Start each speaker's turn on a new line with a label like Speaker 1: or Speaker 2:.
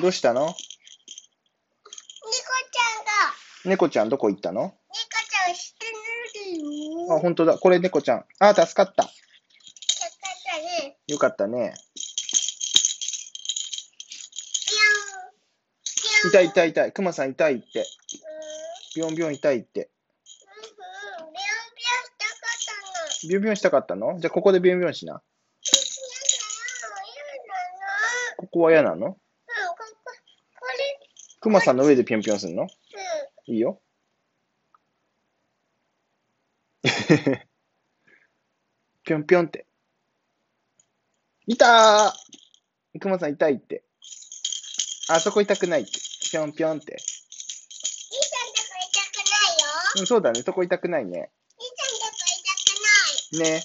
Speaker 1: どうしたの
Speaker 2: ニコちゃんが、
Speaker 1: 猫ちゃんどこ行ったの
Speaker 2: ニコちゃんをしてぬる
Speaker 1: あ、
Speaker 2: よ。
Speaker 1: 本当だ。これ猫ちゃん。あ、助かった。
Speaker 2: だからね、
Speaker 1: よかったね。
Speaker 2: ぴょん、ぴょん。
Speaker 1: 痛い
Speaker 2: い。
Speaker 1: 痛い痛い。クマさん痛いって。ビョンビョン痛いって。
Speaker 2: うん、うん、ぴょんぴょんしたかったの。
Speaker 1: ビョンビョンしたかったのじゃあここでビョンビョンしな。
Speaker 2: 嫌
Speaker 1: ここは嫌なの
Speaker 2: だよ、嫌だな。うん、ここ、これ、
Speaker 1: クマさんの上でピョンピョンするの
Speaker 2: うん。
Speaker 1: いいよ。 ぴょんぴょんって。いたークマさん痛いって。あそこ痛くないって。ぴょんぴょんって。
Speaker 2: 兄ちゃんとか痛くないよ。兄ちゃんとか痛くない。うん。
Speaker 1: うん、そうだね。そこ痛くないね。
Speaker 2: 痛
Speaker 1: ね。